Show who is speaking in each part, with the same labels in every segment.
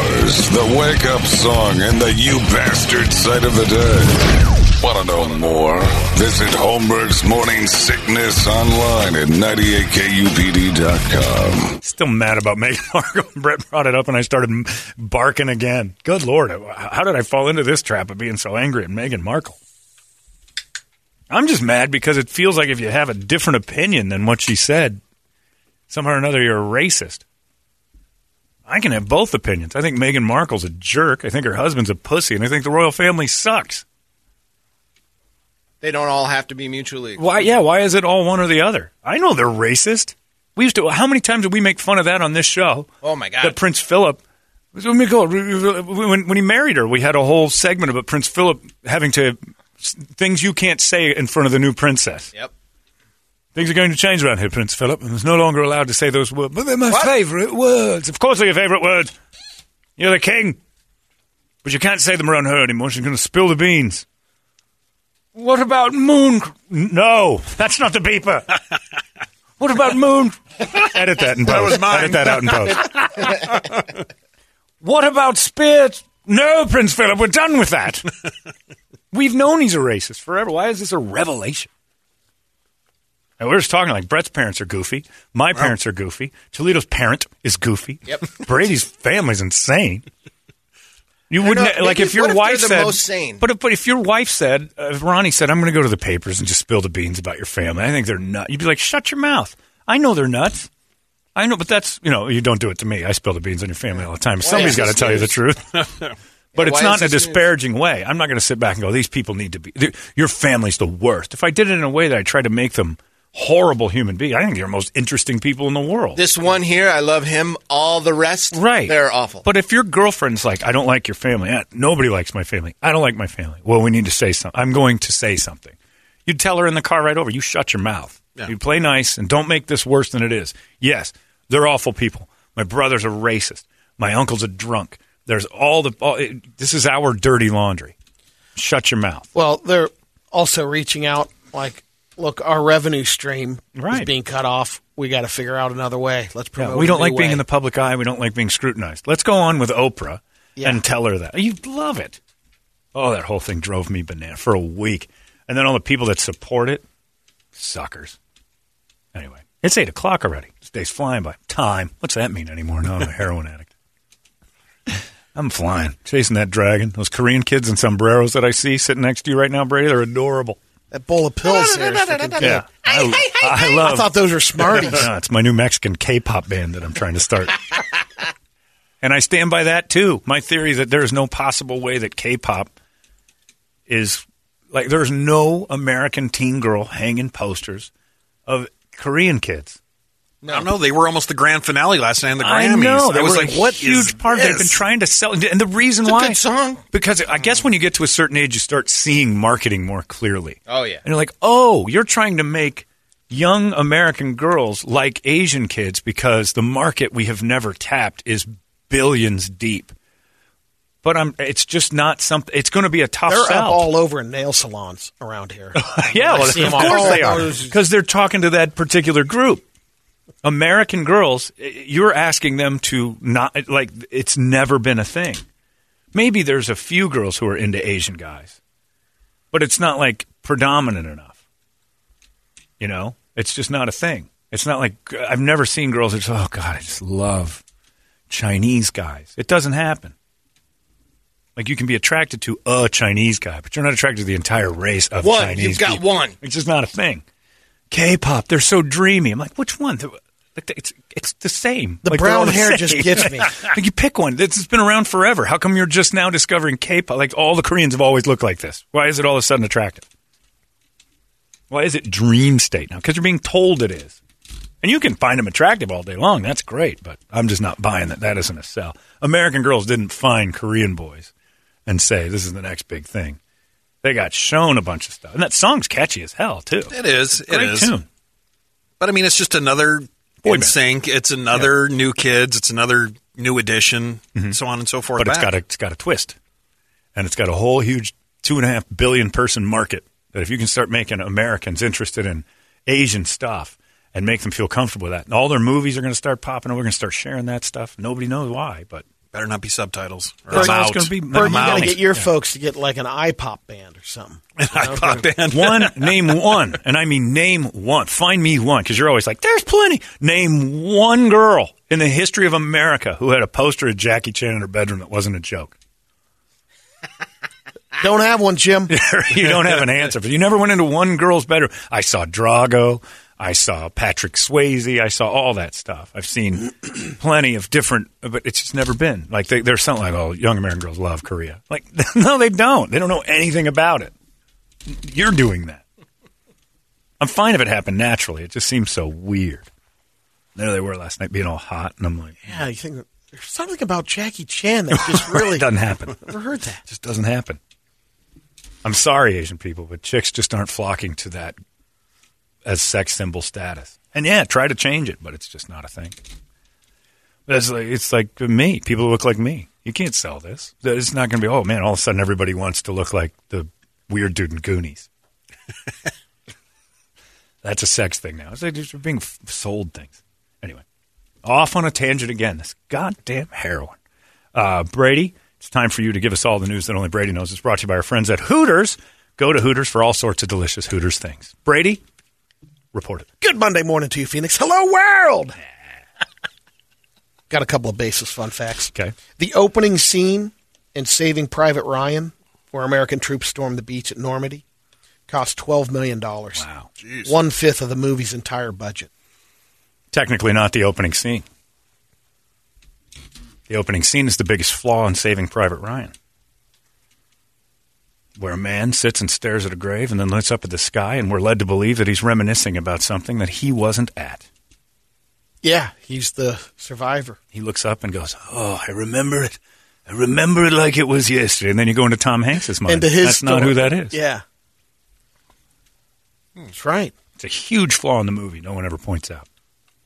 Speaker 1: The wake up song and the you bastard sight of the day. Want to know more? Visit Holmberg's Morning Sickness online at 98kupd.com.
Speaker 2: Still mad about Meghan Markle. Brett brought it up, and I started barking again. Good lord, how did I fall into this trap of being so angry at Meghan Markle? I'm just mad because it feels like if you have a different opinion than what she said, somehow or another you're a racist. I can have both opinions. I think Meghan Markle's a jerk. I think her husband's a pussy, and I think the royal family sucks.
Speaker 3: They don't all have to be mutually. exclusive.
Speaker 2: Why? Yeah. Why is it all one or the other? I know they're racist. We used to. How many times did we make fun of that on this show?
Speaker 3: Oh my God.
Speaker 2: That Prince Philip. When, we go, when, when he married her, we had a whole segment about Prince Philip having to things you can't say in front of the new princess.
Speaker 3: Yep.
Speaker 2: Things are going to change around here, Prince Philip, and is no longer allowed to say those words. But they're my
Speaker 3: What?
Speaker 2: favorite words. Of course, they're your favorite words. You're the king, but you can't say them around her anymore. She's going to spill the beans. What about moon? cr- No, that's not the beeper. what about moon? Edit that in post.
Speaker 4: was mine.
Speaker 2: Edit that out in post. what about spirits? No, Prince Philip, we're done with that. We've known he's a racist forever. Why is this a revelation? And we're just talking like Brett's parents are goofy. My parents are goofy. Toledo's parent is goofy.
Speaker 3: Yep.
Speaker 2: Brady's family's insane. You wouldn't
Speaker 3: know,
Speaker 2: like
Speaker 3: maybe-
Speaker 2: if your
Speaker 3: what if
Speaker 2: wife
Speaker 3: they're the
Speaker 2: said.
Speaker 3: most sane?
Speaker 2: But if, but if your wife said, uh, if Ronnie said, "I'm going to go to the papers and just spill the beans about your family," I think they're nuts. You'd be like, "Shut your mouth." I know they're nuts. I know, but that's you know, you don't do it to me. I spill the beans on your family all the time. Somebody's
Speaker 3: is
Speaker 2: got to
Speaker 3: this
Speaker 2: tell you the
Speaker 3: news?
Speaker 2: truth. But it's
Speaker 3: why
Speaker 2: not
Speaker 3: is
Speaker 2: in a
Speaker 3: this news?
Speaker 2: disparaging way. I'm not going to sit back and go, these people need to be, th- your family's the worst. If I did it in a way that I tried to make them horrible human beings, I think they're the most interesting people in the world.
Speaker 3: This one here, I love him. All the rest,
Speaker 2: right.
Speaker 3: They're awful.
Speaker 2: But if your girlfriend's like, I don't like your family, eh, nobody likes my family, I don't like my family, well, we need to say something. I'm going to say something. You'd tell her in the car right over, you shut your mouth.
Speaker 3: Yeah.
Speaker 2: You play nice and don't make this worse than it is. Yes, they're awful people. My brother's a racist. My uncle's a drunk. There's all the, all, it, this is our dirty laundry. Shut your mouth.
Speaker 5: Well, they're also reaching out like, look, our revenue stream
Speaker 2: Right.
Speaker 5: is being cut off. We got to figure out another way. Let's
Speaker 2: Yeah,
Speaker 5: promote.
Speaker 2: we
Speaker 5: a
Speaker 2: don't
Speaker 5: new
Speaker 2: like being
Speaker 5: Oh, way.
Speaker 2: in the public eye. We don't like being scrutinized. Let's go on with Oprah
Speaker 5: Yeah.
Speaker 2: and tell her that. You'd love it. Oh, that whole thing drove me banana for a week. And then all the people that support it, suckers. Anyway, it's 8 o'clock already. This day's flying by. Time. What's that mean anymore? No, I'm a heroin addict. I'm flying, chasing that dragon. Those Korean kids in sombreros that I see sitting next to you right now, Brady, they're adorable.
Speaker 5: that bowl of pills. there is freaking good.
Speaker 2: Yeah. I, I love
Speaker 5: I thought those were Smarties.
Speaker 2: no, it's my new Mexican K-pop band that I'm trying to start. and I stand by that too. My theory that there is no possible way that K-pop is like there's no American teen girl hanging posters of Korean kids.
Speaker 4: I don't know. They were almost the grand finale last night in the Grammys.
Speaker 2: I know. That
Speaker 4: I was
Speaker 2: was
Speaker 4: like,
Speaker 2: a
Speaker 4: what is
Speaker 2: huge part of it. They've been
Speaker 4: this?
Speaker 2: trying to sell, and the reason
Speaker 3: It's a
Speaker 2: why
Speaker 3: good song.
Speaker 2: because I guess when you get to a certain age, you start seeing marketing more clearly.
Speaker 3: Oh, yeah.
Speaker 2: and you're like, oh, you're trying to make young American girls like Asian kids because the market we have never tapped is billions deep. But I'm, it's just not something. It's going to be a tough
Speaker 5: They're
Speaker 2: sell.
Speaker 5: up all over in nail salons around here.
Speaker 2: Yeah,
Speaker 5: I
Speaker 2: well,
Speaker 5: see
Speaker 2: of
Speaker 5: 'em all
Speaker 2: course they are
Speaker 5: over.
Speaker 2: because they're talking to that particular group. American girls, i- you're asking them to not like it's never been a thing. Maybe there's a few girls who are into Asian guys, but it's not like predominant enough. You know, it's just not a thing. It's not like I've never seen girls that just, oh god, I just love Chinese guys. It doesn't happen. Like you can be attracted to a Chinese guy, but you're not attracted to the entire race of
Speaker 3: One.
Speaker 2: Chinese.
Speaker 3: You've got
Speaker 2: people.
Speaker 3: one.
Speaker 2: It's just not a thing. K-pop, they're so dreamy. I'm like, which one? They're- like, It's it's the same.
Speaker 5: The
Speaker 2: Like, they're all
Speaker 5: brown hair
Speaker 2: same.
Speaker 5: just gets me.
Speaker 2: like you pick one. This has been around forever. How come you're just now discovering K-pop? Like all the Koreans have always looked like this. Why is it all of a sudden attractive? Why is it dream state now? Because you're being told it is. And you can find them attractive all day long. That's great, but I'm just not buying that. That isn't a sell. American girls didn't find Korean boys and say this is the next big thing. They got shown a bunch of stuff, and that song's catchy as hell too.
Speaker 4: It is. It
Speaker 2: Great
Speaker 4: is.
Speaker 2: tune.
Speaker 4: But I mean, it's just another
Speaker 2: Boy
Speaker 4: in sync. It's another new kids. It's another new edition. So on and so forth.
Speaker 2: Mm-hmm. but it's
Speaker 4: back.
Speaker 2: got a it's got a twist, and it's got a whole huge two and a half billion person market that if you can start making Americans interested in Asian stuff and make them feel comfortable with that, and all their movies are going to start popping, and we're going to start sharing that stuff. Nobody knows why, but
Speaker 4: Better not be subtitles. Or
Speaker 2: That's
Speaker 4: I'm
Speaker 2: how it's
Speaker 4: out.
Speaker 2: gonna be.
Speaker 4: I'm
Speaker 2: Bert,
Speaker 5: you gotta
Speaker 4: out.
Speaker 5: get your folks to get like an iPop band or something.
Speaker 4: I popped in.
Speaker 2: one name one and i mean name one find me one because you're always like there's plenty name one girl in the history of america who had a poster of jackie chan in her bedroom that wasn't a joke
Speaker 5: Don't have one, Jim.
Speaker 2: you don't have an answer for you never went into one girl's bedroom i saw drago i saw patrick swayze i saw all that stuff i've seen plenty of different but it's just never been like they, there's something like oh young american girls love korea like no they don't they don't know anything about it you're doing that I'm fine if it happened naturally. It just seems so weird. There they were last night, being all hot, and I'm like,
Speaker 5: Yeah, you think there's something about Jackie Chan that just really
Speaker 2: it doesn't happen. It
Speaker 5: never heard that.
Speaker 2: just doesn't happen. I'm sorry, Asian people, but chicks just aren't flocking to that as sex symbol status. And yeah, try to change it, but it's just not a thing. It's like it's like me. People look like me. You can't sell this. It's not going to be. Oh man! All of a sudden, everybody wants to look like the weird dude in Goonies. That's a sex thing now. It's like just being f- sold things. Anyway, off on a tangent again. This goddamn heroin. Uh, Brady, it's time for you to give us all the news that only Brady knows. It's brought to you by our friends at Hooters. Go to Hooters for all sorts of delicious Hooters things. Brady, report it.
Speaker 5: Good Monday morning to you, Phoenix. Hello, world. Got a couple of basis fun facts.
Speaker 2: Okay.
Speaker 5: The opening scene in Saving Private Ryan, where American troops stormed the beach at Normandy, cost $12 million.
Speaker 2: Wow.
Speaker 5: One fifth of the movie's entire budget.
Speaker 2: Technically, not the opening scene. The opening scene is the biggest flaw in Saving Private Ryan, where a man sits and stares at a grave and then looks up at the sky, and we're led to believe that he's reminiscing about something that he wasn't at.
Speaker 5: Yeah, he's the survivor.
Speaker 2: He looks up and goes, "Oh, I remember it. I remember it like it was yesterday." And then you go into Tom Hanks's mind.
Speaker 5: And to his
Speaker 2: That's not
Speaker 5: story.
Speaker 2: who that is.
Speaker 5: Yeah. That's right.
Speaker 2: It's a huge flaw in the movie. No one ever points out.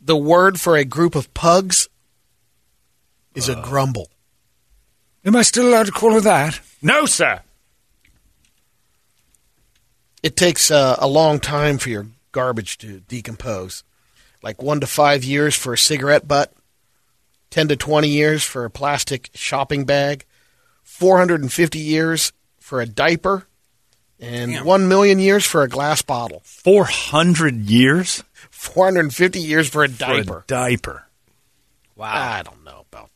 Speaker 5: The word for a group of pugs is
Speaker 2: Uh,
Speaker 5: a grumble.
Speaker 2: Am I still allowed to call her that? No, sir.
Speaker 5: It takes uh, a long time for your garbage to decompose. Like one to five years for a cigarette butt, 10 to 20 years for a plastic shopping bag, 450 years for a diaper, and 1 million years for a glass bottle.
Speaker 2: Four hundred years
Speaker 5: 450 years for a
Speaker 2: for a
Speaker 5: diaper.
Speaker 2: diaper.
Speaker 5: I don't know about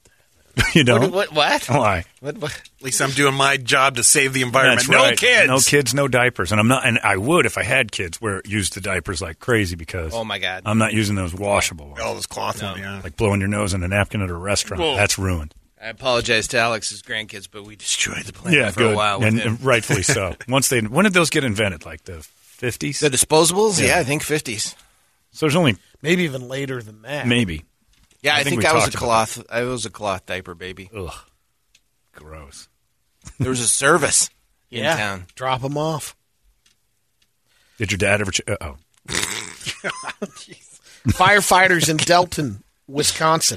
Speaker 5: that.
Speaker 2: You know
Speaker 3: What? What?
Speaker 2: why?
Speaker 3: What? what?
Speaker 4: At least I'm doing my job to save the environment. no
Speaker 2: right.
Speaker 4: kids.
Speaker 2: No kids, no diapers. And I'm not and I would if I had kids where use the diapers like crazy because
Speaker 3: Oh my God.
Speaker 2: I'm not using those washable ones.
Speaker 4: All this cloth. on yeah.
Speaker 2: Like blowing your nose in a napkin at a restaurant. That's ruined.
Speaker 3: I apologize to Alex's grandkids, but we destroyed the planet
Speaker 2: yeah,
Speaker 3: for
Speaker 2: good.
Speaker 3: a while. With
Speaker 2: and,
Speaker 3: him.
Speaker 2: and rightfully so. Once they when did those get invented? Like the fifties?
Speaker 3: the disposables? Yeah. I think 50s.
Speaker 2: So there's only
Speaker 5: Maybe even later than that.
Speaker 2: maybe.
Speaker 3: Yeah, I,
Speaker 2: think
Speaker 3: think,
Speaker 2: we
Speaker 3: I was a
Speaker 2: talked about
Speaker 3: cloth. I was a cloth diaper baby.
Speaker 2: Ugh. Gross.
Speaker 3: There was a service
Speaker 5: yeah.
Speaker 3: in town.
Speaker 5: Drop them off.
Speaker 2: Did your dad ever? Ch- uh, oh,
Speaker 5: Firefighters in Delton, Wisconsin.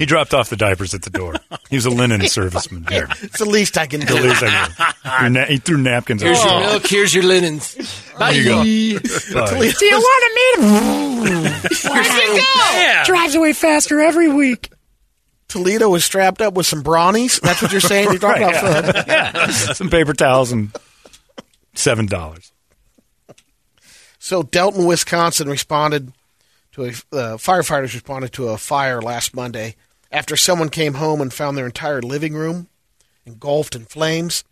Speaker 2: he dropped off the diapers at the door. he was a linen serviceman. There,
Speaker 5: It's the least I can
Speaker 2: the
Speaker 5: do.
Speaker 2: least I knew. He na- he threw napkins.
Speaker 3: Here's
Speaker 2: out
Speaker 3: your
Speaker 2: the door.
Speaker 3: milk. Here's your linens.
Speaker 2: There you go. Bye.
Speaker 5: Do you want
Speaker 6: drives away faster every week.
Speaker 5: Toledo was strapped up with some brawnies. That's what you're saying. You're talking about food.
Speaker 2: Some paper towels and seven dollars.
Speaker 5: So Delton, Wisconsin, responded to a uh, firefighters responded to a fire last Monday after someone came home and found their entire living room engulfed in flames.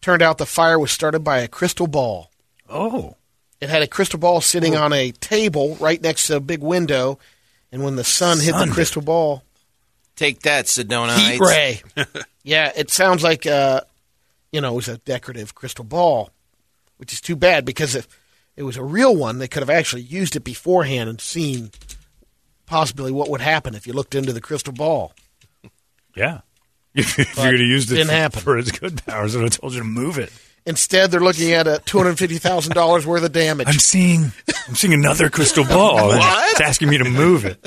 Speaker 5: Turned out the fire was started by a crystal ball.
Speaker 2: Oh,
Speaker 5: It had a crystal ball sitting on a table right next to a big window, and when the sun hit the crystal ball,
Speaker 3: Take that, Sedona.
Speaker 5: heat
Speaker 3: Heights.
Speaker 5: ray. yeah, it sounds like uh, you know it was a decorative crystal ball, which is too bad because if it was a real one, they could have actually used it beforehand and seen possibly what would happen if you looked into the crystal ball.
Speaker 2: yeah. if you would have used it
Speaker 5: didn't
Speaker 2: for,
Speaker 5: happen.
Speaker 2: for its good powers, I would have told you to move it.
Speaker 5: Instead, they're looking at a two hundred fifty thousand dollars worth of damage.
Speaker 2: I'm seeing, I'm seeing another crystal ball. It's asking me to move it.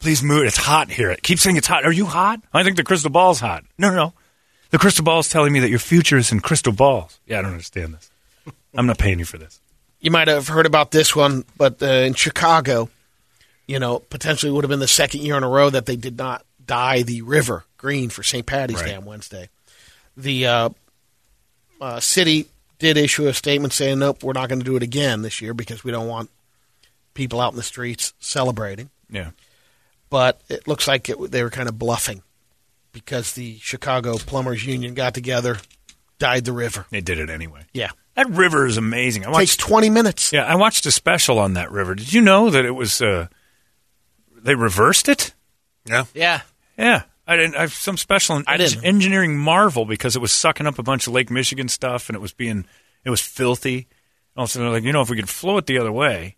Speaker 2: Please move it. It's hot here. It keeps saying it's hot. Are you hot? I think the crystal ball's hot. No, no, no. The crystal ball's telling me that your future is in crystal balls. Yeah, I don't understand this. I'm not paying you for this.
Speaker 5: you might have heard about this one, but uh, in Chicago, you know, potentially would have been the second year in a row that they did not dye the river green for St. Patty's Day on Wednesday. The uh, uh, city did issue a statement saying, nope, we're not going to do it again this year because we don't want people out in the streets celebrating.
Speaker 2: Yeah.
Speaker 5: But it looks like it, they were kind of bluffing because the Chicago Plumbers Union got together, dyed the river.
Speaker 2: They did it anyway.
Speaker 5: Yeah.
Speaker 2: That river is amazing. I
Speaker 5: Takes
Speaker 2: watched
Speaker 5: 20 minutes.
Speaker 2: Yeah, I watched a special on that river. Did you know that it was uh, they reversed it?
Speaker 4: Yeah.
Speaker 3: Yeah.
Speaker 2: Yeah. I didn't I some special in
Speaker 5: I didn't.
Speaker 2: eng- engineering marvel because it was sucking up a bunch of Lake Michigan stuff and it was being it was filthy. Also they're like, you know, if we could flow it the other way.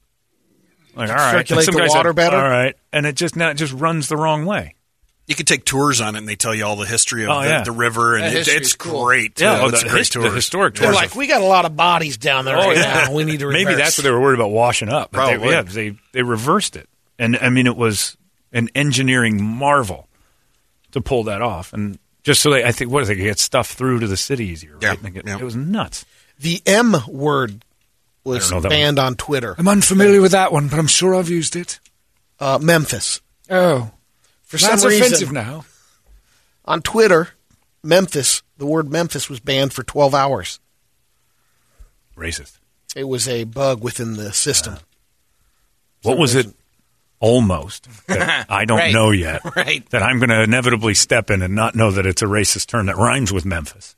Speaker 2: Like, all right. And
Speaker 5: Circulate
Speaker 2: some
Speaker 5: the
Speaker 2: guy
Speaker 5: water
Speaker 2: said,
Speaker 5: better?
Speaker 2: All right. And it just now it just runs the wrong way.
Speaker 4: You could take tours on it, and they tell you all the history of
Speaker 2: Oh,
Speaker 4: the,
Speaker 2: yeah.
Speaker 4: the river, and
Speaker 3: That
Speaker 4: it,
Speaker 3: history's
Speaker 4: it's
Speaker 3: cool.
Speaker 4: great.
Speaker 2: oh,
Speaker 4: it's
Speaker 2: the,
Speaker 4: a great
Speaker 2: his- the
Speaker 4: tour.
Speaker 2: historic
Speaker 5: They're
Speaker 2: tours.
Speaker 5: like, we got a lot of bodies down there right now. We need to reverse.
Speaker 2: Oh, Maybe that's what they were worried about washing up. But
Speaker 4: Probably.
Speaker 2: They, yeah, they they reversed it, and I mean it was an engineering marvel to pull that off, and just so they, I think, what they could get stuff through to the city easier. Right?
Speaker 4: Yeah,
Speaker 2: And they get-
Speaker 4: yeah.
Speaker 2: It was nuts.
Speaker 5: The M word was
Speaker 2: I don't know that
Speaker 5: banned on Twitter.
Speaker 7: I'm unfamiliar with that one, but I'm sure I've used it.
Speaker 5: Uh, Memphis.
Speaker 7: Oh,
Speaker 5: For
Speaker 7: that's
Speaker 5: some reason,
Speaker 7: offensive now.
Speaker 5: on Twitter, Memphis, the word Memphis was banned for 12 hours.
Speaker 2: Racist.
Speaker 5: It was a bug within the system.
Speaker 2: What was it? Almost. that I don't
Speaker 3: Right.
Speaker 2: know yet.
Speaker 3: Right.
Speaker 2: That I'm going to inevitably step in and not know that it's a racist term that rhymes with Memphis.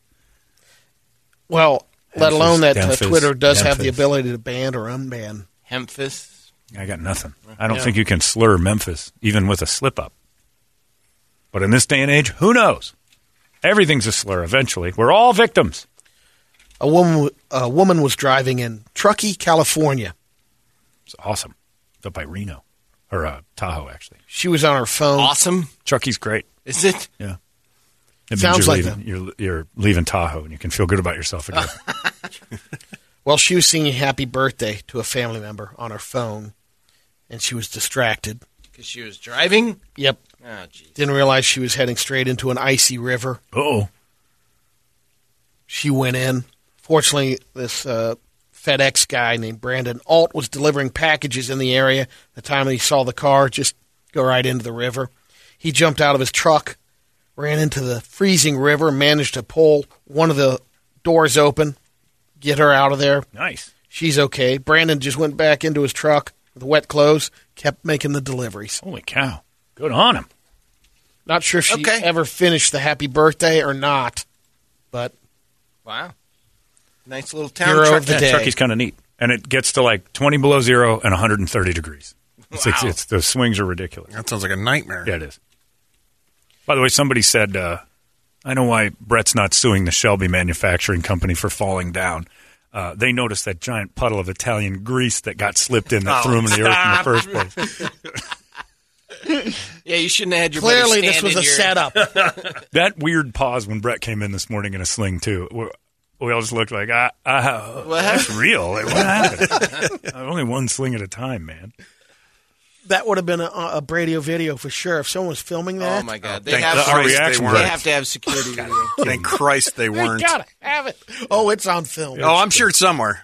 Speaker 5: well, let
Speaker 2: Memphis,
Speaker 5: alone that uh,
Speaker 2: Memphis,
Speaker 5: Twitter does have the
Speaker 2: Memphis.
Speaker 5: ability to ban or unban.
Speaker 3: Hempfist.
Speaker 2: I got nothing. I don't think you can slur Memphis even with a slip up. But in this day and age, who knows? Everything's a slur eventually. We're all victims.
Speaker 5: A woman, a woman was driving in Truckee, California.
Speaker 2: It's awesome. It's up by Reno or uh, Tahoe, actually.
Speaker 5: She was on her phone.
Speaker 3: Awesome.
Speaker 2: Chucky's great.
Speaker 3: Is it?
Speaker 2: Yeah. It means
Speaker 5: Sounds
Speaker 2: you're
Speaker 5: like
Speaker 2: leaving,
Speaker 5: them.
Speaker 2: you're, you're leaving Tahoe and you can feel good about yourself again.
Speaker 5: Well, she was singing happy birthday to a family member on her phone, and she was distracted.
Speaker 3: Because she was driving.
Speaker 5: Yep.
Speaker 3: Oh, geez.
Speaker 5: Didn't realize she was heading straight into an icy river.
Speaker 2: oh,
Speaker 5: She went in. Fortunately, this uh, FedEx guy named Brandon Alt was delivering packages in the area. The time he saw the car just go right into the river, he jumped out of his truck, ran into the freezing river, managed to pull one of the doors open, get her out of there.
Speaker 2: nice.
Speaker 5: She's okay. Brandon just went back into his truck with wet clothes, kept making the deliveries.
Speaker 2: Holy cow. Good on him.
Speaker 5: Not sure if she
Speaker 3: Okay.
Speaker 5: ever finished the happy birthday or not, but
Speaker 3: Wow. Nice little town.
Speaker 5: Hero
Speaker 3: truck.
Speaker 5: of the
Speaker 2: Yeah,
Speaker 5: day.
Speaker 2: Chucky's kind of neat. And it gets to like 20 below zero and 130 degrees. It's, it's,
Speaker 3: Wow.
Speaker 2: it's, the swings are ridiculous.
Speaker 4: That sounds like a nightmare.
Speaker 2: Yeah, it is. By the way, somebody said, uh, I know why Brett's not suing the Shelby Manufacturing Company for falling down. Uh, they noticed that giant puddle of Italian grease that got slipped in that threw him in the earth in the first place.
Speaker 3: Yeah, you shouldn't have had your buddy
Speaker 5: clearly this
Speaker 3: stand
Speaker 5: was
Speaker 3: in
Speaker 5: a
Speaker 3: your-
Speaker 5: setup.
Speaker 2: That weird pause when Brett came in this morning in a sling, too. We, we all just looked like, ah, ah, that's real. Like, what happened? Uh, Only one sling at a time, man.
Speaker 5: That would have been a, a Bradio video for sure. If someone was filming
Speaker 3: Oh
Speaker 5: that,
Speaker 3: my God! They
Speaker 4: Thank
Speaker 3: have,
Speaker 2: the- our
Speaker 4: Christ
Speaker 2: reaction
Speaker 4: they
Speaker 3: they
Speaker 4: weren't.
Speaker 3: have to have security. video.
Speaker 4: Thank Christ they
Speaker 5: they
Speaker 4: weren't.
Speaker 5: gotta have it. Oh, it's on film.
Speaker 4: Oh, I'm sure it's somewhere.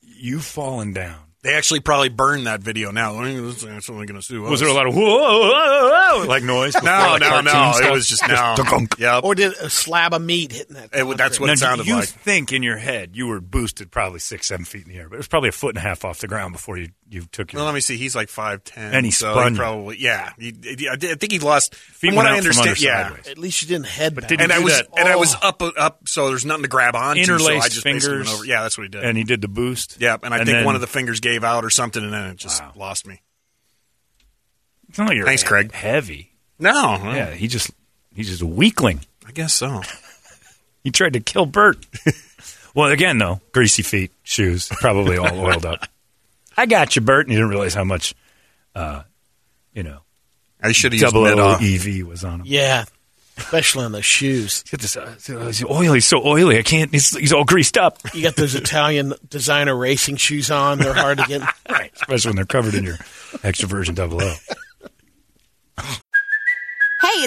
Speaker 2: You falling down.
Speaker 4: They actually probably burned that video now. I mean, That's that's only going to sue us.
Speaker 2: Was there a lot of whoa, whoa, whoa, whoa like noise? before,
Speaker 4: No,
Speaker 2: like,
Speaker 4: no, no.
Speaker 2: cartoon
Speaker 4: It
Speaker 2: stuff?
Speaker 4: was just no. Yep.
Speaker 5: Or did a slab of meat hitting that?
Speaker 4: It would- that's
Speaker 5: concrete?
Speaker 4: what it
Speaker 2: Now,
Speaker 4: sounded
Speaker 2: do you
Speaker 4: like.
Speaker 2: think in your head you were boosted probably six, seven feet in the air, but it was probably a foot and a half off the ground before you, you took your.
Speaker 4: Well, let me see. He's like five ten,
Speaker 2: And he
Speaker 4: so
Speaker 2: spun you.
Speaker 4: probably yeah. He, he- I did- I think he lost.
Speaker 2: Feet
Speaker 4: from what
Speaker 2: went
Speaker 4: I
Speaker 2: out from under
Speaker 4: understand, yeah.
Speaker 2: sideways.
Speaker 5: At least you didn't head. But
Speaker 2: did
Speaker 4: And
Speaker 2: you
Speaker 4: I
Speaker 2: do
Speaker 4: was
Speaker 2: that? Oh.
Speaker 4: and I was up up, so there's nothing to grab onto. so I
Speaker 2: Interlaced
Speaker 4: just basically
Speaker 2: fingers.
Speaker 4: went over. Yeah, that's what he did.
Speaker 2: And he did the boost.
Speaker 4: yeah, and I think
Speaker 2: then-
Speaker 4: one of the fingers gave out or something, and then it just
Speaker 2: Wow.
Speaker 4: lost me.
Speaker 2: It's not like you're
Speaker 4: Thanks,
Speaker 2: he-
Speaker 4: Craig.
Speaker 2: Heavy.
Speaker 4: No,
Speaker 2: Yeah, he just he's just a weakling.
Speaker 4: I guess so.
Speaker 2: He tried to kill Bert. well, again though, greasy feet, shoes, probably all oiled up. I got you, Bert. And he didn't realize how much, uh, you know,
Speaker 4: I should have used
Speaker 2: double E.
Speaker 4: mid off.
Speaker 2: OEV was on him.
Speaker 5: yeah, especially on the shoes.
Speaker 2: He's got this, uh, he's oily. He's so oily. I can't. He's, he's all greased up.
Speaker 5: You got those Italian designer racing shoes on. They're hard to get.
Speaker 2: right. Especially when they're covered in your extra virgin double O.
Speaker 8: Hey,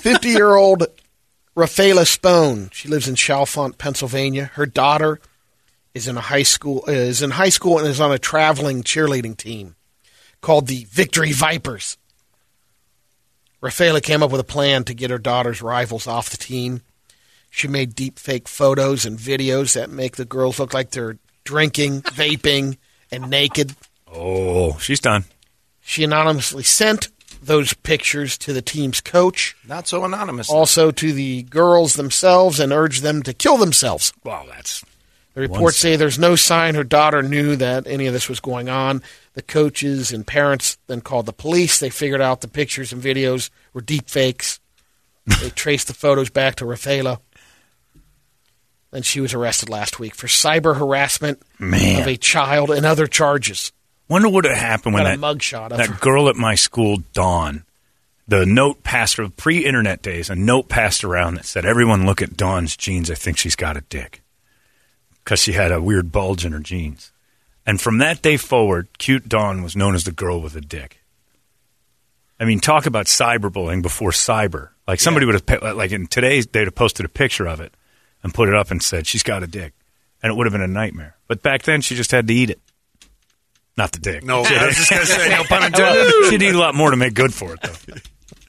Speaker 5: 50 year old Rafaela Stone. She lives in Chalfont, Pennsylvania. Her daughter is in a high school is in high school and is on a traveling cheerleading team called the Victory Vipers. Rafaela came up with a plan to get her daughter's rivals off the team. She made deep fake photos and videos that make the girls look like they're drinking, vaping, and naked.
Speaker 2: Oh, she's done.
Speaker 5: She anonymously sent those pictures to the team's coach,
Speaker 3: Not so anonymous.
Speaker 5: also to the girls themselves, and urged them to kill themselves.
Speaker 2: Wow, that's
Speaker 5: The reports say there's no sign her daughter knew that any of this was going on. The coaches and parents then called the police. They figured out the pictures and videos were deep fakes. They traced the photos back to Rafaela. And she was arrested last week for cyber harassment
Speaker 2: Man.
Speaker 5: of a child and other charges.
Speaker 2: Wonder what would happen when
Speaker 5: Got a
Speaker 2: that
Speaker 5: mugshot of her.
Speaker 2: that girl at my school, Dawn, the note passed pre-internet days, a note passed around that said, "Everyone look at Dawn's jeans. I think she's got a dick because she had a weird bulge in her jeans." And from that day forward, cute Dawn was known as the girl with a dick. I mean, talk about cyberbullying before cyber. Like somebody would have pa- like in today's they'd have posted a picture of it and put it up and said she's got a dick, and it would have been a nightmare. But back then, she just had to eat it. Not the dick.
Speaker 4: No, I was just going to say, no pun intended.
Speaker 2: Well, she'd eat a lot more to make good for it, though.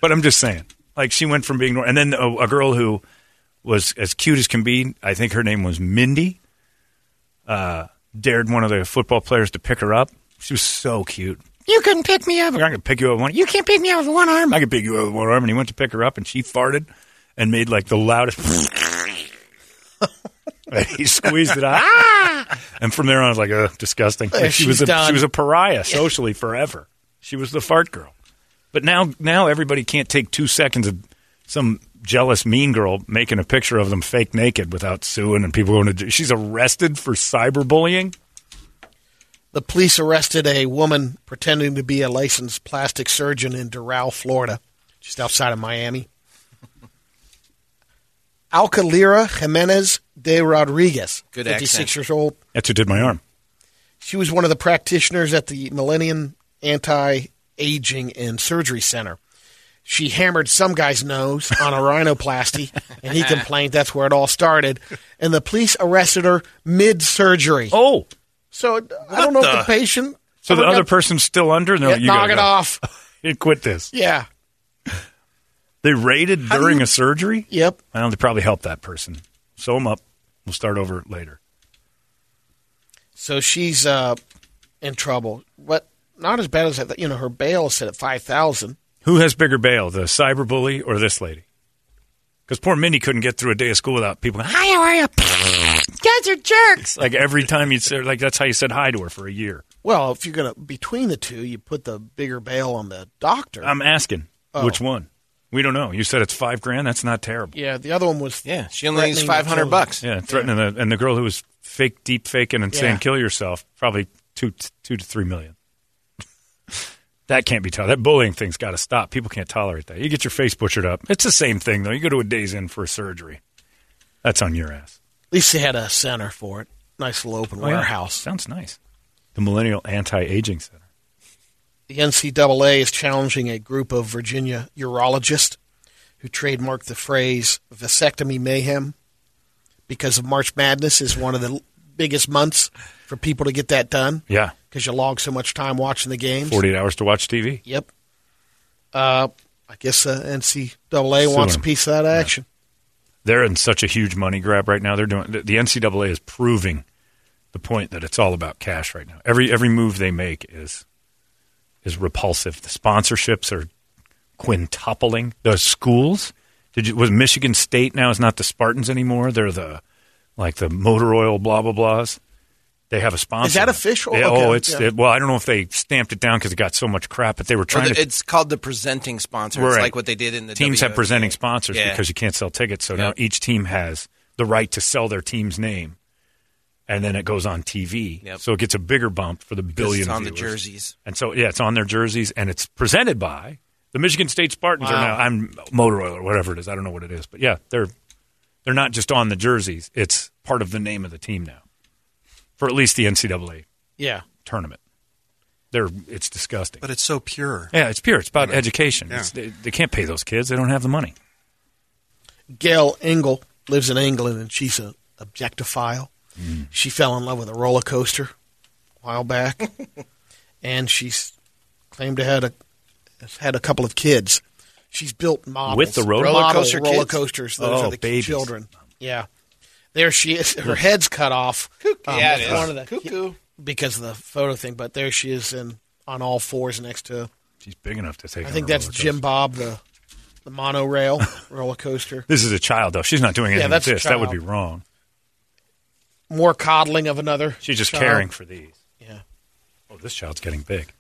Speaker 2: But I'm just saying, like she went from being normal, and then a, a girl who was as cute as can be. I think her name was Mindy. Uh, dared one of the football players to pick her up. She was so cute. You couldn't pick me up. I could pick you up with one. You can't pick me up with one arm. I could pick you up with one arm. And he went to pick her up, and she farted and made like the loudest. he squeezed it out. Ah! And from there on, I was like, Ugh, disgusting. Like, she
Speaker 5: she's
Speaker 2: was a,
Speaker 5: done.
Speaker 2: she was a pariah socially forever. She was the fart girl. But now, now everybody can't take two seconds of some jealous mean girl making a picture of them fake naked without suing and people going to. do- She's arrested for cyberbullying.
Speaker 5: The police arrested a woman pretending to be a licensed plastic surgeon in Doral, Florida, just outside of Miami. Alcalira Jimenez de Rodriguez,
Speaker 3: Good
Speaker 5: 56
Speaker 3: accent.
Speaker 5: years old.
Speaker 2: That's who did my arm.
Speaker 5: She was one of the practitioners at the Millennium Anti Aging and Surgery Center. She hammered some guy's nose on a rhinoplasty, and he complained that's where it all started. And the police arrested her mid surgery.
Speaker 2: Oh,
Speaker 5: So I don't know if the patient.
Speaker 2: so the
Speaker 5: ever
Speaker 2: other
Speaker 5: got-
Speaker 2: person's still under. No,
Speaker 5: yeah,
Speaker 2: you
Speaker 5: knock
Speaker 2: gotta
Speaker 5: it
Speaker 2: go.
Speaker 5: off.
Speaker 2: You quit this.
Speaker 5: Yeah.
Speaker 2: They raided during a surgery.
Speaker 5: Yep.
Speaker 2: Well, they probably helped that person. Sew them up. We'll start over later.
Speaker 5: So she's uh, in trouble, but not as bad as I thought. You know, her bail is set at five thousand.
Speaker 2: Who has bigger bail, the cyberbully or this lady? Because poor Mindy couldn't get through a day of school without people. going, Hi, how are you? Guys are jerks. Like every time you said, like that's how you said hi to her for a year.
Speaker 5: Well, if you're gonna between the two, you put the bigger bail on the doctor.
Speaker 2: I'm asking
Speaker 5: Oh.
Speaker 2: which one. We don't know. You said it's five grand. That's not terrible.
Speaker 5: yeah, the other one was
Speaker 3: Yeah, she only needs
Speaker 5: threatening to
Speaker 3: 500
Speaker 5: kill-
Speaker 3: bucks.
Speaker 2: Yeah, threatening The, and the girl who was fake, deep faking, and
Speaker 5: Yeah.
Speaker 2: saying kill yourself probably two, two to three million. that can't be tolerated. That bullying thing's got to stop. People can't tolerate that. You get your face butchered up. It's the same thing though. You go to a day's in for a surgery. That's on your ass.
Speaker 5: At least they had a center for it. Nice little open
Speaker 2: Oh, yeah.
Speaker 5: warehouse.
Speaker 2: Sounds nice. The Millennial Anti Aging Center.
Speaker 5: The NCAA is challenging a group of Virginia urologists who trademarked the phrase vasectomy mayhem because of March Madness is one of the l- biggest months for people to get that done
Speaker 2: Yeah.
Speaker 5: because you log so much time watching the games.
Speaker 2: 48 hours to watch TV.
Speaker 5: Yep. Uh, I guess uh, NCAA wants a
Speaker 2: Suing.
Speaker 5: piece of that action.
Speaker 2: They're in such a huge money grab right now. They're doing the the NCAA is proving the point that it's all about cash right now. Every every move they make is is repulsive. The sponsorships are quintupling. The schools did you, was Michigan State now is not the Spartans anymore. They're the like the motor oil blah blah blahs. They have a sponsor.
Speaker 5: Is that official?
Speaker 2: They-
Speaker 5: Okay,
Speaker 2: oh, it's
Speaker 5: yeah.
Speaker 2: it- well, I don't know if they stamped it down because it got so much crap, but they were trying
Speaker 3: Well,
Speaker 2: to.
Speaker 3: it's called the presenting sponsor. It's
Speaker 2: Right.
Speaker 3: like what they did in the
Speaker 2: teams have
Speaker 3: WOTA.
Speaker 2: presenting sponsors
Speaker 3: Yeah.
Speaker 2: because you can't sell tickets. So now
Speaker 3: Yep.
Speaker 2: each team has the right to sell their team's name, and then it goes on TV.
Speaker 3: Yep.
Speaker 2: So it gets a bigger bump for the
Speaker 3: Because
Speaker 2: billion.
Speaker 3: It's on the
Speaker 2: viewers.
Speaker 3: jerseys.
Speaker 2: and so yeah, it's on their jerseys, and it's presented by the Michigan State Spartans or now I'm Motor Oil or whatever it is. I don't know what it is, but yeah, they're they're not just on the jerseys; it's part of the name of the team now, for at least the NCAA
Speaker 5: Yeah.
Speaker 2: tournament. They're it's disgusting.
Speaker 4: But it's so pure.
Speaker 2: yeah, it's pure. It's about education.
Speaker 4: Yeah.
Speaker 2: It's, they, they can't pay those kids; they don't have the money.
Speaker 5: Gail Engel lives in England and she's a objectophile. She fell in love with a roller coaster a while back, and she's claimed to had a has had a couple of kids. She's built models
Speaker 2: With the roller
Speaker 5: model
Speaker 3: coaster
Speaker 5: roller
Speaker 3: kids?
Speaker 5: coasters. Those
Speaker 2: Oh,
Speaker 5: are the
Speaker 2: babies.
Speaker 5: children. Yeah, there she is. Her head's cut off. um,
Speaker 3: Yeah, it
Speaker 5: with
Speaker 3: is.
Speaker 5: one of the-
Speaker 3: Cuckoo.
Speaker 5: because of the photo thing. But there she is in on all fours next to.
Speaker 2: She's big enough to take.
Speaker 5: I
Speaker 2: on
Speaker 5: think
Speaker 2: a
Speaker 5: that's
Speaker 2: roller coaster.
Speaker 5: Jim Bob the the monorail roller coaster.
Speaker 2: This is a child, though. She's not doing anything
Speaker 5: that's a
Speaker 2: with this. That would be
Speaker 5: child.
Speaker 2: wrong.
Speaker 5: More coddling of another.
Speaker 2: She's just
Speaker 5: child.
Speaker 2: caring for these.
Speaker 5: Yeah.
Speaker 2: Oh, this child's getting big.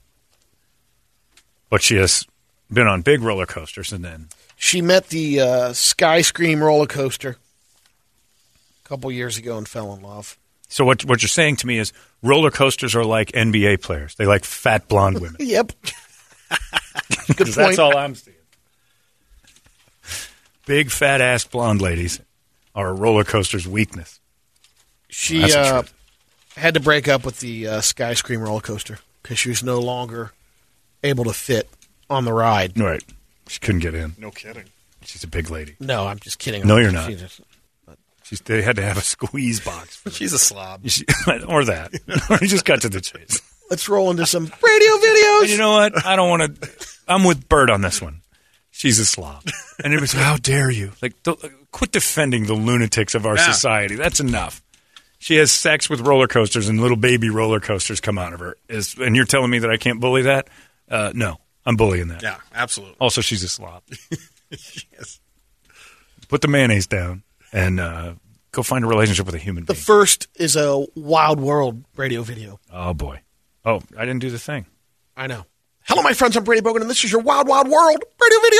Speaker 2: But she has been on big roller coasters, and then
Speaker 5: She met the uh, Sky Scream roller coaster a couple years ago and fell in love.
Speaker 2: so what? What you're saying to me is roller coasters are like NBA players. They like fat blonde women.
Speaker 5: Yep. Good
Speaker 2: Because that's
Speaker 5: point.
Speaker 2: all I'm seeing. Big fat ass blonde ladies are a roller coaster's weakness.
Speaker 5: She
Speaker 2: That's the
Speaker 5: uh,
Speaker 2: truth.
Speaker 5: had to break up with the uh, Sky Scream roller coaster because she was no longer able to fit on the ride.
Speaker 2: Right. She couldn't get in.
Speaker 4: No kidding.
Speaker 2: She's a big lady.
Speaker 5: No, I'm just kidding.
Speaker 2: No, you're not.
Speaker 5: She just-
Speaker 2: She's, they had to have a squeeze box, for
Speaker 4: She's a slob.
Speaker 2: she, or that. We just cut to the chase.
Speaker 5: Let's roll into some radio videos.
Speaker 2: And you know what? I don't want to. I'm with Bert on this one. She's a slob. And it was, how dare you? Like, don't, quit defending the lunatics of our
Speaker 4: Yeah.
Speaker 2: society. That's enough. She has sex with roller coasters, and little baby roller coasters come out of her. Is, and you're telling me that I can't bully that? Uh, no, I'm bullying that.
Speaker 4: Yeah, absolutely.
Speaker 2: Also, she's a slob. Put the mayonnaise down and uh, go find a relationship with a human
Speaker 5: the
Speaker 2: being.
Speaker 5: first is a Wild World radio video.
Speaker 2: oh, boy. Oh, I didn't do the thing.
Speaker 5: I know. Hello, my friends. I'm Brady Bogan, and this is your Wild Wild World radio video.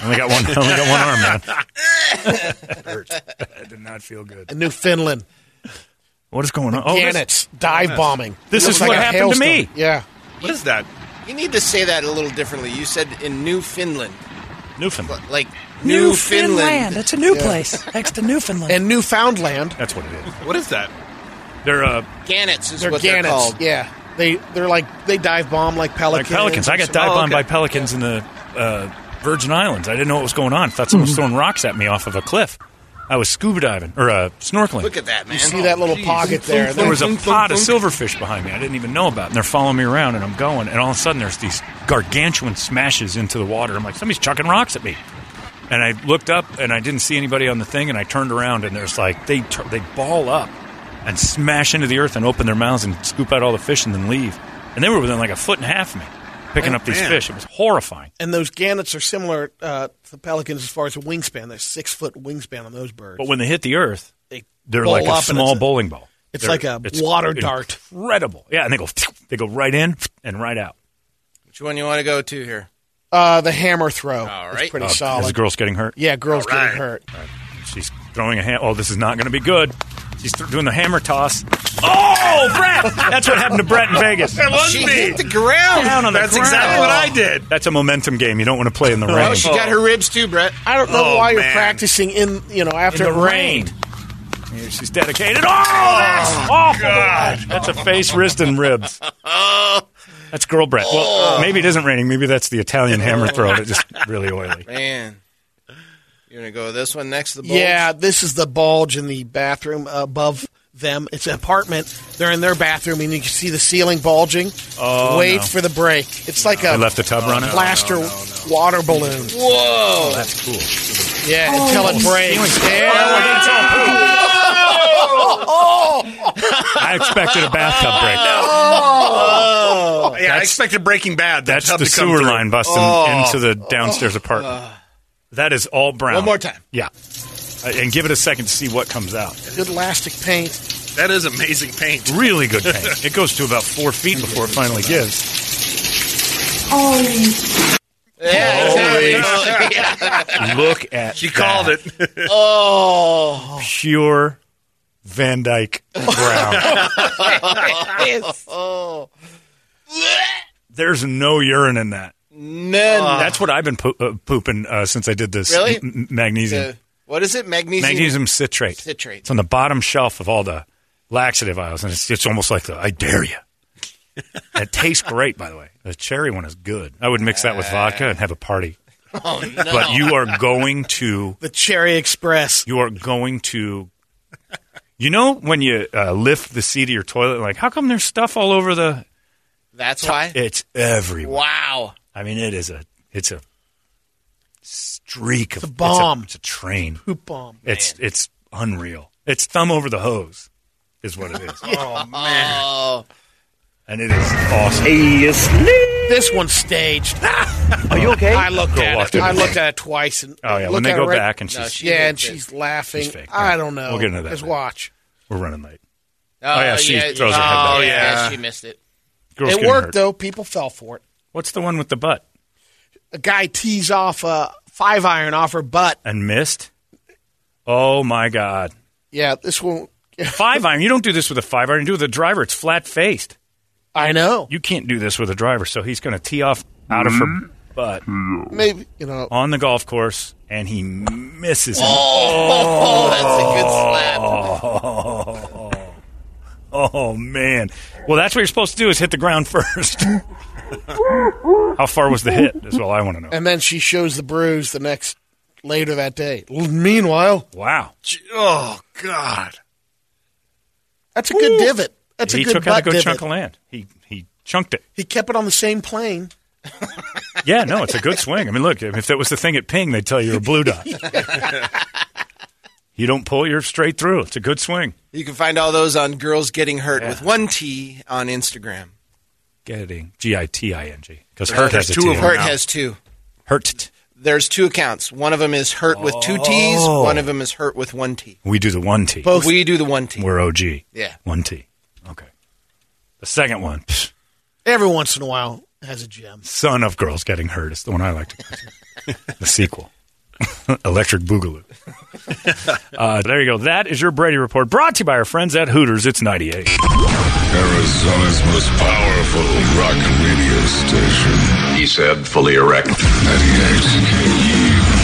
Speaker 2: I only got one. I only got one arm, man. That hurt. That did not feel good.
Speaker 5: A New Finland.
Speaker 2: What is going on? Oh, this,
Speaker 5: Gannets dive bombing.
Speaker 2: This
Speaker 5: It
Speaker 2: is
Speaker 5: looks
Speaker 2: what
Speaker 5: a
Speaker 2: happened to me.
Speaker 5: hailstorm. Yeah.
Speaker 4: What is that?
Speaker 3: You need to say that a little differently. You said in New Finland,
Speaker 2: Newfoundland.
Speaker 3: but like New, Finland.
Speaker 6: It's a new place next to Newfoundland.
Speaker 5: And Newfoundland.
Speaker 2: That's what it is.
Speaker 4: What is that?
Speaker 2: They're uh,
Speaker 3: Gannets is
Speaker 5: They're
Speaker 3: what they're
Speaker 5: gannets.
Speaker 3: called.
Speaker 5: yeah. They they're like they dive bomb like
Speaker 2: like
Speaker 5: pelicans.
Speaker 2: pelicans. I got dive
Speaker 3: Oh,
Speaker 2: bombed
Speaker 3: okay.
Speaker 2: by pelicans in the uh, Virgin Islands. I didn't know what was going on. Thought someone was throwing rocks at me off of a cliff. I was scuba diving or uh, snorkeling.
Speaker 3: Look at that, man.
Speaker 5: You see that little pocket there?
Speaker 2: there was a pod of silverfish behind me I didn't even know about, and they're following me around, and I'm going, and all of a sudden there's these gargantuan smashes into the water. I'm like, somebody's chucking rocks at me, and I looked up and I didn't see anybody on the thing, and I turned around and there's like they tur- they ball up and smash into the earth and open their mouths and scoop out all the fish and then leave, and they were within like a foot and a half of me, picking
Speaker 5: Oh,
Speaker 2: up these
Speaker 4: man.
Speaker 2: fish. It was horrifying.
Speaker 5: and those gannets are similar uh, to pelicans as far as a wingspan. There's six foot wingspan on those birds.
Speaker 2: But when they hit the earth,
Speaker 5: They
Speaker 2: they're
Speaker 5: bowl
Speaker 2: like
Speaker 5: up
Speaker 2: a
Speaker 5: and
Speaker 2: small
Speaker 5: it's a-
Speaker 2: bowling ball.
Speaker 5: it's
Speaker 2: They're-
Speaker 5: like a water dart.
Speaker 2: Incredible, yeah. And they go they go right in and right out.
Speaker 3: Which one you want to go to here?
Speaker 5: uh, the hammer throw.
Speaker 3: All
Speaker 5: It's
Speaker 3: right.
Speaker 5: pretty
Speaker 2: Uh, This
Speaker 5: solid.
Speaker 2: girl's getting hurt.
Speaker 5: yeah, girls
Speaker 4: All right.
Speaker 5: getting hurt.
Speaker 2: She's throwing a hand. Oh, this is not going to be good. She's th- doing the hammer toss. Oh, Brett! That's what happened to Brett in Vegas.
Speaker 4: That was
Speaker 3: She
Speaker 4: me.
Speaker 3: hit the ground.
Speaker 2: Down on the
Speaker 4: That's
Speaker 2: ground.
Speaker 4: exactly what I did.
Speaker 2: That's a momentum game. You don't want to play in the rain.
Speaker 3: Oh, she got her ribs too, Brett.
Speaker 5: I don't know
Speaker 4: Oh,
Speaker 5: why you're
Speaker 4: man.
Speaker 5: practicing in you know
Speaker 2: In
Speaker 5: after
Speaker 2: the
Speaker 5: it rained.
Speaker 2: rain. Yeah, she's dedicated. Oh, that's awful. God. That's a face, wrist, and ribs. Oh. That's girl Brett.
Speaker 4: Oh.
Speaker 2: Well, maybe it isn't raining. Maybe that's the Italian hammer throw. It's just really oily.
Speaker 3: Man, you're gonna go with this one next to the bulge?
Speaker 5: Yeah, this is the bulge in the bathroom above them. It's an apartment. They're in their bathroom, and you can see the ceiling bulging.
Speaker 2: Oh,
Speaker 5: Wait
Speaker 2: no.
Speaker 5: for the break. It's like
Speaker 2: I
Speaker 5: a
Speaker 2: left the tub running.
Speaker 5: plaster water balloon.
Speaker 3: Whoa!
Speaker 5: Oh,
Speaker 2: That's cool.
Speaker 5: Yeah,
Speaker 2: Oh.
Speaker 5: until it breaks. Yeah.
Speaker 2: I expected a bathtub break.
Speaker 4: yeah, I expected Breaking Bad.
Speaker 2: That's
Speaker 4: tub
Speaker 2: the
Speaker 4: to come
Speaker 2: sewer
Speaker 4: through. Oh.
Speaker 2: line busting into the downstairs apartment. That is all brown.
Speaker 3: One more time.
Speaker 2: Yeah. Uh, And give it a second to see what comes out.
Speaker 5: Good elastic paint.
Speaker 4: That is amazing paint.
Speaker 2: Really good paint. it goes to about four feet before it finally gives. Oh. Look at
Speaker 4: She called it.
Speaker 5: Oh,
Speaker 2: pure Van Dyke brown.
Speaker 5: oh,
Speaker 2: There's no urine in that.
Speaker 3: None.
Speaker 2: That's what I've been po- uh, pooping uh, since I did this
Speaker 5: Ah. Really?
Speaker 2: m- m- magnesium.
Speaker 3: Yeah.
Speaker 5: what is it? Magnesium.
Speaker 2: magnesium citrate.
Speaker 5: citrate.
Speaker 2: It's on the bottom shelf of all the laxative aisles, and it's, it's almost like the I dare you. And it tastes great, by the way. The cherry one is good. I would mix that with vodka and have a party.
Speaker 3: Oh, no.
Speaker 2: But you are going to
Speaker 5: The Cherry Express.
Speaker 2: you are going to you know when you uh, lift the seat of your toilet, like how come there's stuff all over the?
Speaker 3: That's why.
Speaker 2: It's everywhere.
Speaker 3: Wow.
Speaker 2: I mean, it is a it's a streak of
Speaker 5: a bomb.
Speaker 2: It's a, train.
Speaker 5: Poop bomb.
Speaker 2: It's it's unreal. It's thumb over the hose, is what it is.
Speaker 3: Oh.
Speaker 2: and it is awesome.
Speaker 5: This one's staged.
Speaker 2: Are you okay?
Speaker 5: I looked
Speaker 2: Girl
Speaker 5: at
Speaker 2: walked
Speaker 5: it.
Speaker 2: in
Speaker 5: I
Speaker 2: and-
Speaker 5: looked at it twice. And
Speaker 2: Oh yeah,
Speaker 5: looked
Speaker 2: when they
Speaker 5: at
Speaker 2: go
Speaker 5: it right-
Speaker 2: back and she's,
Speaker 3: No, she-
Speaker 5: yeah,
Speaker 3: did
Speaker 5: and
Speaker 3: fake.
Speaker 5: she's laughing.
Speaker 2: She's fake.
Speaker 5: I don't know.
Speaker 2: We'll get into that
Speaker 5: Just
Speaker 2: later.
Speaker 5: watch.
Speaker 2: we're running late.
Speaker 3: Oh,
Speaker 2: yeah, she throws her head back.
Speaker 3: oh, yeah.
Speaker 4: Yeah.
Speaker 3: She missed it.
Speaker 2: Girls
Speaker 5: it
Speaker 2: getting
Speaker 5: worked
Speaker 2: hurt.
Speaker 5: though. People fell for it.
Speaker 2: What's the one with the butt
Speaker 5: A guy tees off a five iron off her butt.
Speaker 2: and missed? Oh my god,
Speaker 5: Yeah, this one.
Speaker 2: five iron. You don't do this with a five iron. You do it with a driver. It's flat faced.
Speaker 5: I know.
Speaker 2: You can't do this with a driver. So he's going to tee off out of her butt
Speaker 5: Maybe you know.
Speaker 2: on the golf course, and he misses. him.
Speaker 3: Oh, that's a good slap.
Speaker 2: Oh man! Well, that's what you're supposed to do is hit the ground first. How far was the hit? Is all I want to know.
Speaker 5: And then she shows the bruise the next later that day. L- Meanwhile,
Speaker 2: Wow!
Speaker 4: Oh God.
Speaker 5: that's a good divot. That's a
Speaker 2: he
Speaker 5: good
Speaker 2: took out
Speaker 5: butt
Speaker 2: a good
Speaker 5: divot.
Speaker 2: chunk of land. He he chunked it.
Speaker 5: He kept it on the same plane.
Speaker 2: Yeah, no, it's a good swing. I mean, look, if that was the thing at Ping, they'd tell you you're a blue dot. you don't pull, you're straight through. It's a good swing.
Speaker 3: You can find all those on Girls Getting Hurt with one T on Instagram.
Speaker 2: Getting G I T I N G because hurt has a
Speaker 4: two
Speaker 2: T
Speaker 4: of
Speaker 2: in it.
Speaker 3: Hurt
Speaker 4: no.
Speaker 3: has two.
Speaker 2: Hurt.
Speaker 3: There's two accounts. One of them is Hurt with two T's. One of them is Hurt with one T.
Speaker 2: We do the one T.
Speaker 5: Both.
Speaker 3: We do the one T.
Speaker 2: We're OG.
Speaker 3: Yeah.
Speaker 2: one T. Okay. The second one, psh,
Speaker 5: Every once in a while, has a gem.
Speaker 2: son of girls getting hurt, is the one I like to. the sequel, Electric Boogaloo. uh, there you go. That is your Brady report, brought to you by our friends at Hooters. It's ninety eight.
Speaker 1: Arizona's most powerful rock radio station.
Speaker 9: He said, fully erect.
Speaker 1: 98 KUPD.